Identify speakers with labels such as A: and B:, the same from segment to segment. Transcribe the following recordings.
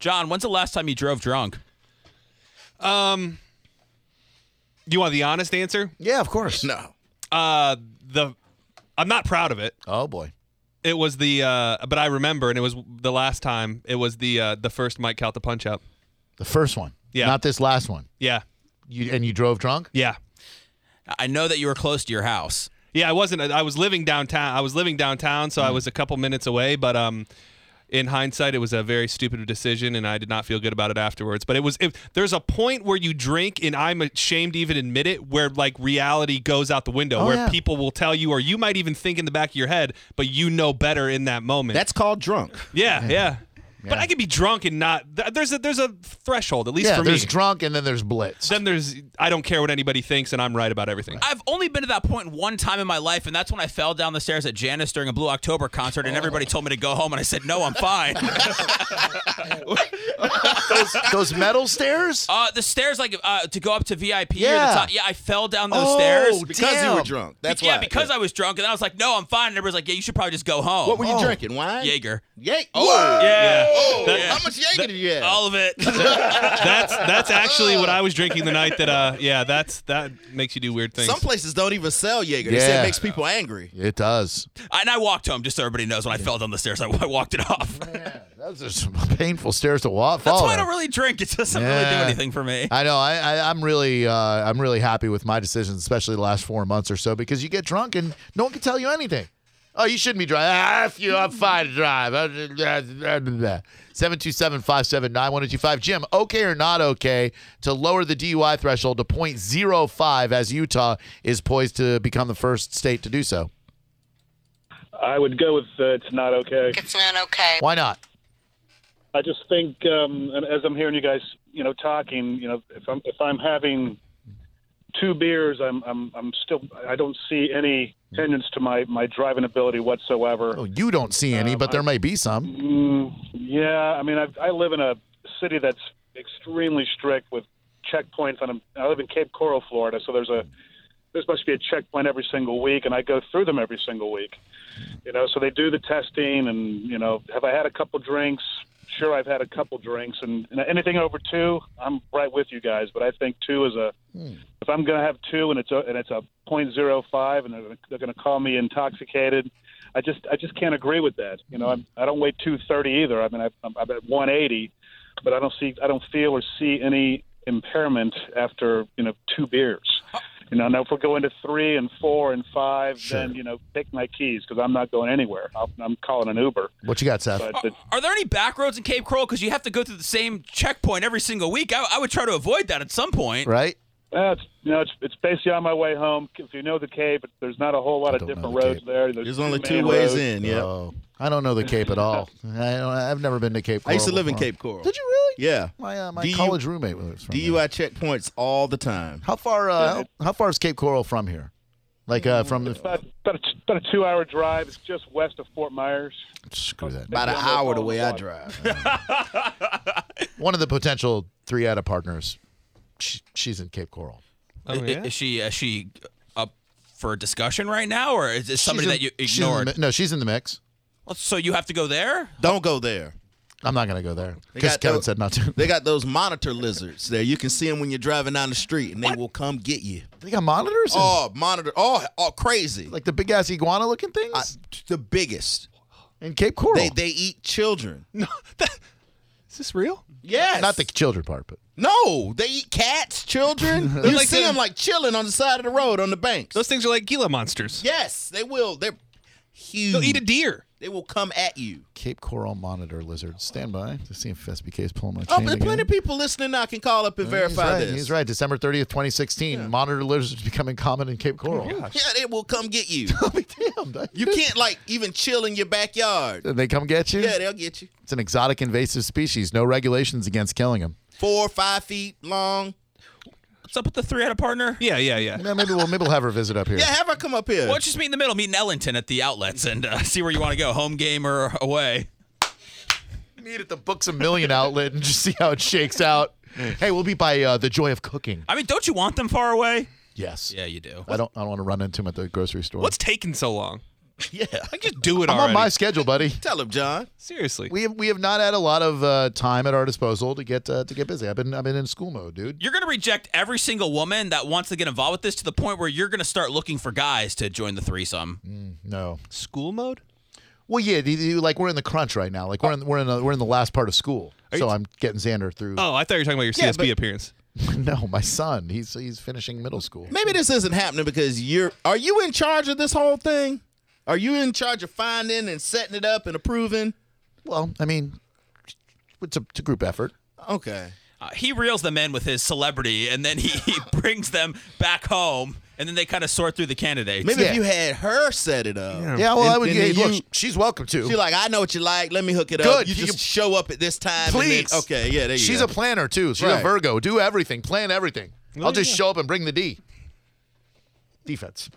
A: John, when's the last time you drove drunk?
B: Um, you want the honest answer?
C: Yeah, of course.
D: No.
B: Uh, the I'm not proud of it.
D: Oh boy.
B: It was the uh, but I remember, and it was the last time. It was the uh, the first Mike Calta punch out.
D: The first one.
B: Yeah.
D: Not this last one.
B: Yeah,
D: You and you drove drunk?
B: yeah,
A: I know that you were close to your house.
B: yeah. I wasn't. I was living downtown. I was living downtown, so I
A: Mm.
B: was a couple minutes away. But um, in hindsight, it was a very stupid decision, and I did not feel good about it afterwards. But it was. If there's a point where you drink, and I'm ashamed to even admit it, where like reality goes out the window,
D: Oh,
B: where
D: yeah.
B: people will tell you, or you might even think in the back of your head, but you know better in that moment.
C: That's called drunk.
B: Yeah, yeah. But I could be drunk and not. th- There's a there's a threshold at least
D: Yeah,
B: for
D: there's
B: me.
D: drunk and then there's blitz.
B: then there's I don't care what anybody thinks and I'm right about everything.
A: I've only been to that point one time in my life, and that's when I fell down the stairs at Janice during a Blue October concert, and everybody told me to go home, and I said, no, I'm fine.
D: those, those metal stairs?
A: uh, the stairs, like, uh, to go up to VIP or
D: Yeah.
A: the top. Yeah, I fell down those
D: Oh,
A: stairs.
D: d-
C: Because you were
D: Damn.
C: drunk. That's
A: yeah,
C: why.
A: because I was drunk, and I was like, no, I'm fine. And everybody's like, yeah, you should probably just go home.
C: What were you drinking? Wine?
A: Jaeger.
C: Yay. Oh.
B: Yeah. That-
C: How much Jaeger did you have?
A: All of it.
B: that's that's actually what I
C: Oh.
B: was drinking the night that uh yeah, that's that makes you do weird things.
C: Some places don't even sell Jaeger. They say
D: Yeah.
C: it makes people angry.
D: It does.
A: and I walked home, just so everybody knows, when I fell down the stairs, I, I walked it off.
D: Those are some painful stairs to walk.
A: That's
D: follow.
A: why I don't really drink. It doesn't really
D: Yeah.
A: do anything for me.
D: I know. I, I I'm really uh, I'm really happy with my decisions, especially the last four months or so, because you get drunk and no one can tell you anything. Oh, you shouldn't be driving. Ah, F you, I'm fine to drive. Uh, Seven two seven five seven nine one two five. Jim, okay or not okay to lower the DUI threshold to 0.05 as Utah is poised to become the first state to do so.
E: I would go with uh, it's not okay.
F: It's not okay.
D: Why not?
E: I just think, um, and as I'm hearing you guys, you know, talking, you know, if I'm if I'm having two beers, I'm I'm I'm still I don't see any hindrance to my my driving ability whatsoever.
D: Oh, you don't see any, but there may be some.
E: Mm, yeah, I mean, I I live in a city that's extremely strict with checkpoints. On a, I live in Cape Coral, Florida, so there's a there's supposed to be a checkpoint every single week, and I go through them every single week. You know, so they do the testing, and you know, have I had a couple drinks? Sure, I've had a couple drinks, and, and anything over two, I'm right with you guys. But I think two is a if I'm going to have two and it's a and it's a point zero five, and they're, they're going to call me intoxicated. I just I just can't agree with that. You know, I'm, I don't weigh two thirty either. I mean, I, I'm, I'm at one eighty, but I don't see I don't feel or see any impairment after you know two beers. You know, now if we go into three and four and five, then you know, take my keys because I'm not going anywhere. I'll, I'm calling an Uber.
D: What you got, Seth?
E: But
A: Are,
E: the,
A: are there any back roads in Cape Coral? Because you have to go through the same checkpoint every single week. I, I would try to avoid that at some point.
D: Right?
E: uh, it's, you know, it's, it's basically on my way home. If you know the Cape, there's not a whole lot of
D: don't know
E: different
D: the Cape.
E: roads there. There's,
C: There's only
E: two
C: two
E: main
C: ways
E: roads.
C: in. Yeah.
D: Oh, I don't know the Cape at all. I don't, I've never been to Cape. Coral
C: I used to live in
D: before.
C: Cape Coral.
D: Did you really?
C: Yeah.
D: My uh, my
C: DU
D: college roommate was from there.
C: DUI checkpoints all the time.
D: uh, How far uh, how, how far is Cape Coral from here? Like uh, from the
E: About, about, a, about a two-hour drive. It's just west of Fort Myers.
D: screw that.
C: About an
E: Yeah, no
C: hour the
E: problem.
C: way I drive.
D: One of the potential three out of partners. She, she's in Cape Coral.
B: Oh,
A: I- I- Is she is she up for discussion right now, or is it somebody
D: She's
A: that
D: in-
A: you
D: she's in the
A: ignored? Oh,
D: mi- no, she's in the mix.
A: so you have to go there.
C: Don't go there.
D: I'm not gonna go there
C: got
D: because Kevin
C: the-
D: said not to.
C: They got those monitor lizards there. You can see them when you're driving down the street, and they will come get you.
D: They got monitors. and-
C: Oh, monitor! Oh, oh, crazy!
D: like the big ass iguana looking things
C: I- the biggest.
D: in Cape Coral.
C: They they eat children.
B: Is this real?
C: Yes.
D: not the children part, but
C: No, they eat cats, children. you
B: like
C: see
B: the-
C: them like chilling on the side of the road on the banks.
B: Those things are like Gila monsters.
C: yes, they will. They're huge.
B: They'll eat a deer.
C: They will come at you.
D: Cape Coral monitor lizard. Stand by to see if SBK is pulling my
C: Oh,
D: chain
C: but
D: again.
C: plenty of people listening now can call up and
D: He's
C: verify
D: right.
C: this.
D: He's right. December 30th, 2016. Monitor lizards becoming common in Cape Coral.
C: Yeah, they will come get you.
D: Damn. that-
C: You can't like even chill in your backyard.
D: They come get you?
C: Yeah, they'll get you.
D: It's an exotic invasive species. No regulations against killing them.
C: Four or five feet long.
A: What's up with the three headed partner?
B: Yeah, yeah, yeah.
D: Yeah, maybe we'll maybe we'll have her visit up here.
C: Yeah, have her come up here.
A: Why don't you just meet in the middle? Meet in Ellington at the outlets and uh, see where you want to go, home game or away.
D: Meet at the Books a Million outlet and just see how it shakes out. Hey, we'll be by uh, the Joy of Cooking.
A: I mean, don't you want them far away?
D: Yes.
A: Yeah, you do.
D: I don't. I don't want to run into him at the grocery store.
B: What's taking so long?
C: yeah.
B: I just do it
D: I'm on
B: already.
D: my schedule, buddy.
C: Tell him, John.
B: Seriously.
D: We have, we have not had a lot of uh, time at our disposal to get uh, to get busy. I've been I've been in school mode, dude.
A: You're going to reject every single woman that wants to get involved with this to the point where you're going to start looking for guys to join the threesome.
B: Mm.
D: No.
B: School mode?
D: Well, yeah, the- the- like we're in the crunch right now. Like we're in we're in a, we're in the last part of school. So I'm getting Xander through.
B: Oh, I thought you were talking about your
C: Yeah,
B: CSB
C: but-
B: appearance.
D: no, my son. He's he's finishing middle school.
C: Maybe this isn't happening because you're. Are you in charge of this whole thing? Are you in charge of finding and setting it up and approving?
D: Well, I mean, it's a, it's a group effort.
C: Okay.
A: Uh, he reels them in with his celebrity and then he, he brings them back home and then they kind of sort through the candidates.
C: Maybe
D: Yeah.
C: if you had her set it up.
D: Yeah, well,
C: and
D: I would.
C: then
D: Yeah,
C: you-
D: look, she's welcome to.
C: She's like, I know what you like. Let me hook it up.
D: Good.
C: You
D: You-
C: just show up at this time. and then-
D: Please.
C: okay. Yeah. There you
D: She's
C: go.
D: a planner too. She's
C: Right.
D: a Virgo. Do everything. Plan everything. I'll just show up and bring the D. Defense.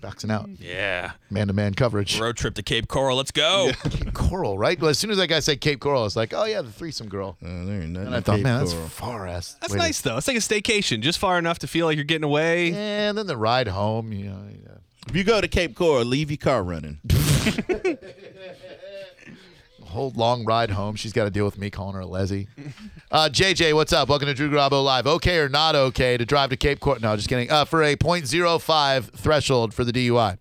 D: Boxing out.
A: yeah.
D: Man to man coverage.
A: Road trip to Cape Coral. Let's go.
D: Cape Coral, right? Well, as soon as that guy said Cape Coral, I was like, oh yeah, the threesome girl.
C: Oh, there ain't nothing
D: And I thought,
C: Cape
D: man,
C: Coral.
D: that's far ass.
B: That's
D: way to-
B: nice though. It's like a staycation, just far enough to feel like you're getting away.
D: And then the ride home, you know. yeah.
C: If you go to Cape Coral, leave your car running.
D: whole long ride home. She's got to deal with me calling her a lezzy. Uh, JJ, what's up? Welcome to Drew Garabo Live. Okay or not okay to drive to Cape Court? No, just kidding. Uh, for a .05 threshold for the DUI.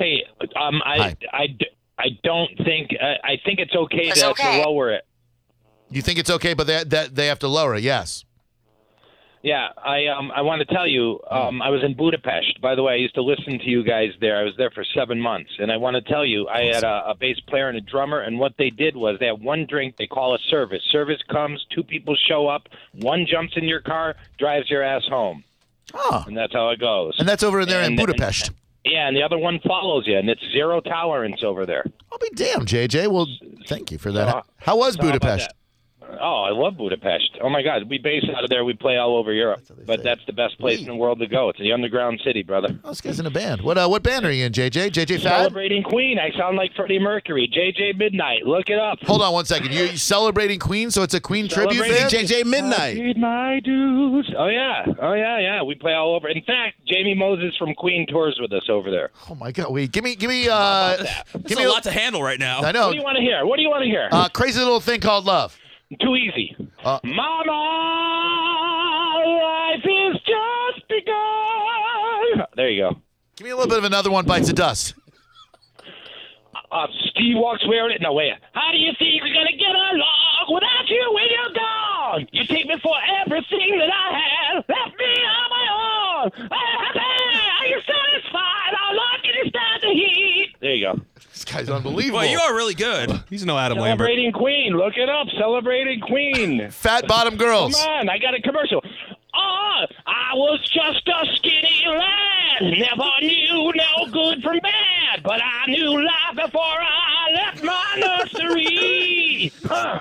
F: Hey, um,
D: Hi.
F: I, I, d- I don't think uh, I, I think it's okay,
G: It's
F: to,
G: okay.
F: to lower it.
D: You think it's okay, but that that they have to lower it. Yes.
F: Yeah, I um, I want to tell you, um, I was in Budapest. By the way, I used to listen to you guys there. I was there for seven months, and I want to tell you, I had a, a bass player and a drummer, and what they did was they had one drink. They call a service. Service comes, two people show up, one jumps in your car, drives your ass home,
D: Oh.
F: and that's how it goes.
D: And that's over there in
F: And- and-
D: Budapest.
F: yeah, and the other one follows you, and it's zero tolerance over there.
D: I'll be damned, JJ. Well, thank you for
F: So-
D: that. How was
F: so how about
D: Budapest?
F: that? Oh, I love Budapest. Oh my God, we base out of there. We play all over Europe, but that's the best place in the world to go. It's the underground city, brother.
D: Oh, this guy's in a band. What uh, what band are you in, JJ? JJ Fad?
F: Celebrating Queen. I sound like Freddie Mercury. JJ Midnight. Look it up.
D: Hold on one second. You you celebrating Queen, so it's a Queen tribute
F: Celebrating
D: band?
C: JJ Midnight.
F: Paid my dues. Oh yeah. Oh yeah. Yeah. We play all over. In fact, Jamie Moses from Queen tours with us over there.
D: Oh my God! Wait, give me give me uh, give
A: It's
D: me.
A: a lot to handle right now.
D: I
F: What
D: know.
F: do you want to hear? What do you want to hear?
D: Uh, crazy little thing called love.
F: Too easy.
D: Uh,
F: Mama, life is just begun. There you go.
D: Give me a little bit of another one bites the dust.
F: Uh, Steve walks wearing it. No way. How do you think we're gonna get along without you when you're gone? You take me for everything that I had, left me on my own. Are you happy? Are you satisfied? How long can you stand the heat? There you go.
D: This guy's unbelievable.
A: Well, you are really good.
B: He's no Adam Lambert.
F: Celebrating Queen. Look it up. Celebrating Queen.
D: Fat bottom girls.
F: Come on, I got a commercial. Oh, I was just a skinny lad. Never knew no good from bad. But I knew life before I left my nursery. Huh.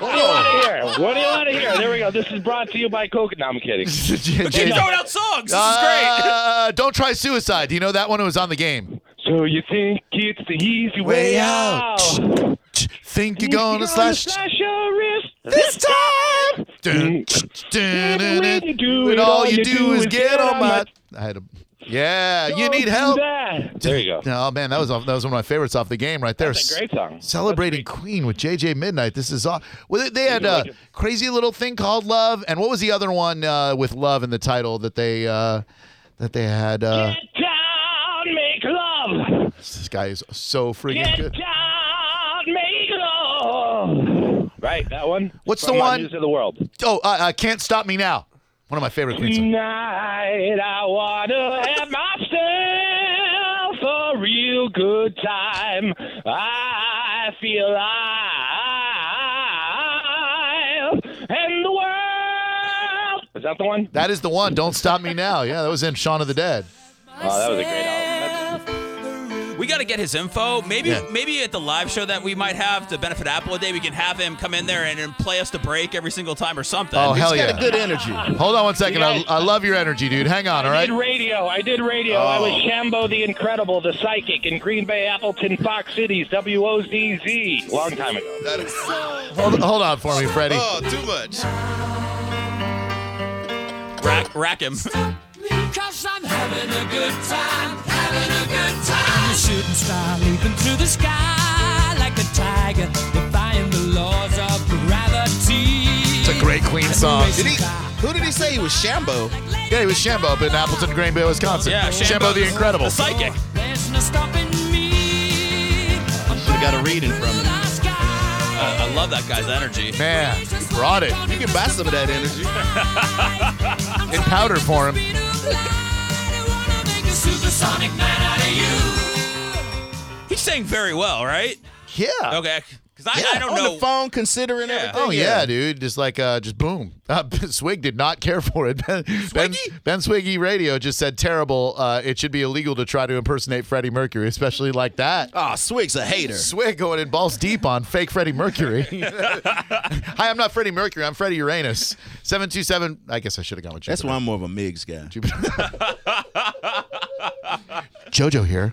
F: what do you want to hear? What do you want to hear? There we go. This is brought to you by Coke. No, I'm kidding.
D: J- J-
A: Keep throwing out songs. This is great.
D: Uh, don't try suicide. Do you know that one was on the game?
F: So you think it's the easy way,
D: Way
F: out?
D: out. Think you're gonna slash
F: your wrist.
D: this time? Dun, dun,
F: Every way
D: dun,
F: you
D: dun.
F: do
D: And
F: it,
D: all you do is get on my. I had a. Yeah, you
F: Don't
D: need
F: do
D: help.
F: that. There you go.
D: Oh man, that was off, that was one of my favorites off the game right there.
F: That's a great song.
D: Celebrating Queen with JJ Midnight. This is all. Well, they- they had a crazy little thing called Love, and what was the other one uh, with Love in the title that they uh, that they had? Uh,
F: Get down, make love.
D: this guy is so freaking
F: Get
D: good.
F: down, make love. Right, that one.
D: What's
F: From
D: the
F: my
D: one-
F: News of the world.
D: Oh, uh, uh, can't stop me now. One of my favorite Queen
F: Mm.
D: songs.
F: Tonight I wanna have myself a real feel good time. I feel alive. And the world. Is that the one?
D: That is the one. Don't stop me now. Yeah, that was in Shaun of the Dead.
F: Oh, that was a great album.
A: We got to get his info. Maybe
D: Yeah.
A: maybe at the live show that we might have to benefit Apple a day, we can have him come in there and, and play us to break every single time or something.
D: Oh hell
C: He's got
D: yeah!
C: a good energy.
D: Hold on one second.
F: guys-
D: I, I love your energy, dude. Hang on, all
F: I
D: right? Oh.
F: did radio. I did radio. I was Shambo the Incredible, the Psychic in Green Bay, Appleton, Fox Cities, WOZZ. Long time ago.
C: That is, oh,
D: Hold, hold on for me, Freddie.
A: Oh,
C: too much.
A: rack, rack him.
G: Because I'm having a good time, having a good time. A shooting star leaping through the sky like a tiger, defying the laws of gravity.
D: It's a great Queen song.
C: Did he? Who did he say he was Shambo?
D: Yeah, he was Shambo up in Appleton, Green Bay, Wisconsin.
A: Yeah,
D: Shambo, the Incredible.
A: The psychic.
G: There's no stopping me.
C: Should've got a reading from him.
A: I, I love that guy's energy.
D: Man, he brought it
C: You can buy some of that energy.
D: in powder form.
G: Supersonic man out of you.
A: He sang very well, right?
D: Yeah.
A: Okay, because I,
C: Yeah,
A: I don't
C: on
A: know.
C: the phone, considering
A: Oh, Yeah.
C: everything.
D: Oh yeah, dude. Just like uh, just boom. Uh, Swig did not care for it. Ben, ben, ben Swiggy Radio just said terrible. Uh, it should be illegal to try to impersonate Freddie Mercury, especially like that.
C: Oh, Swig's a hater.
D: Uh, Swig going in balls deep on fake Freddie Mercury. Hi, I'm not Freddie Mercury. I'm Freddie Uranus. Seven two seven. I guess I should have gone with
C: That's
D: Jupiter.
C: why I'm more of a Migs guy.
D: JoJo here.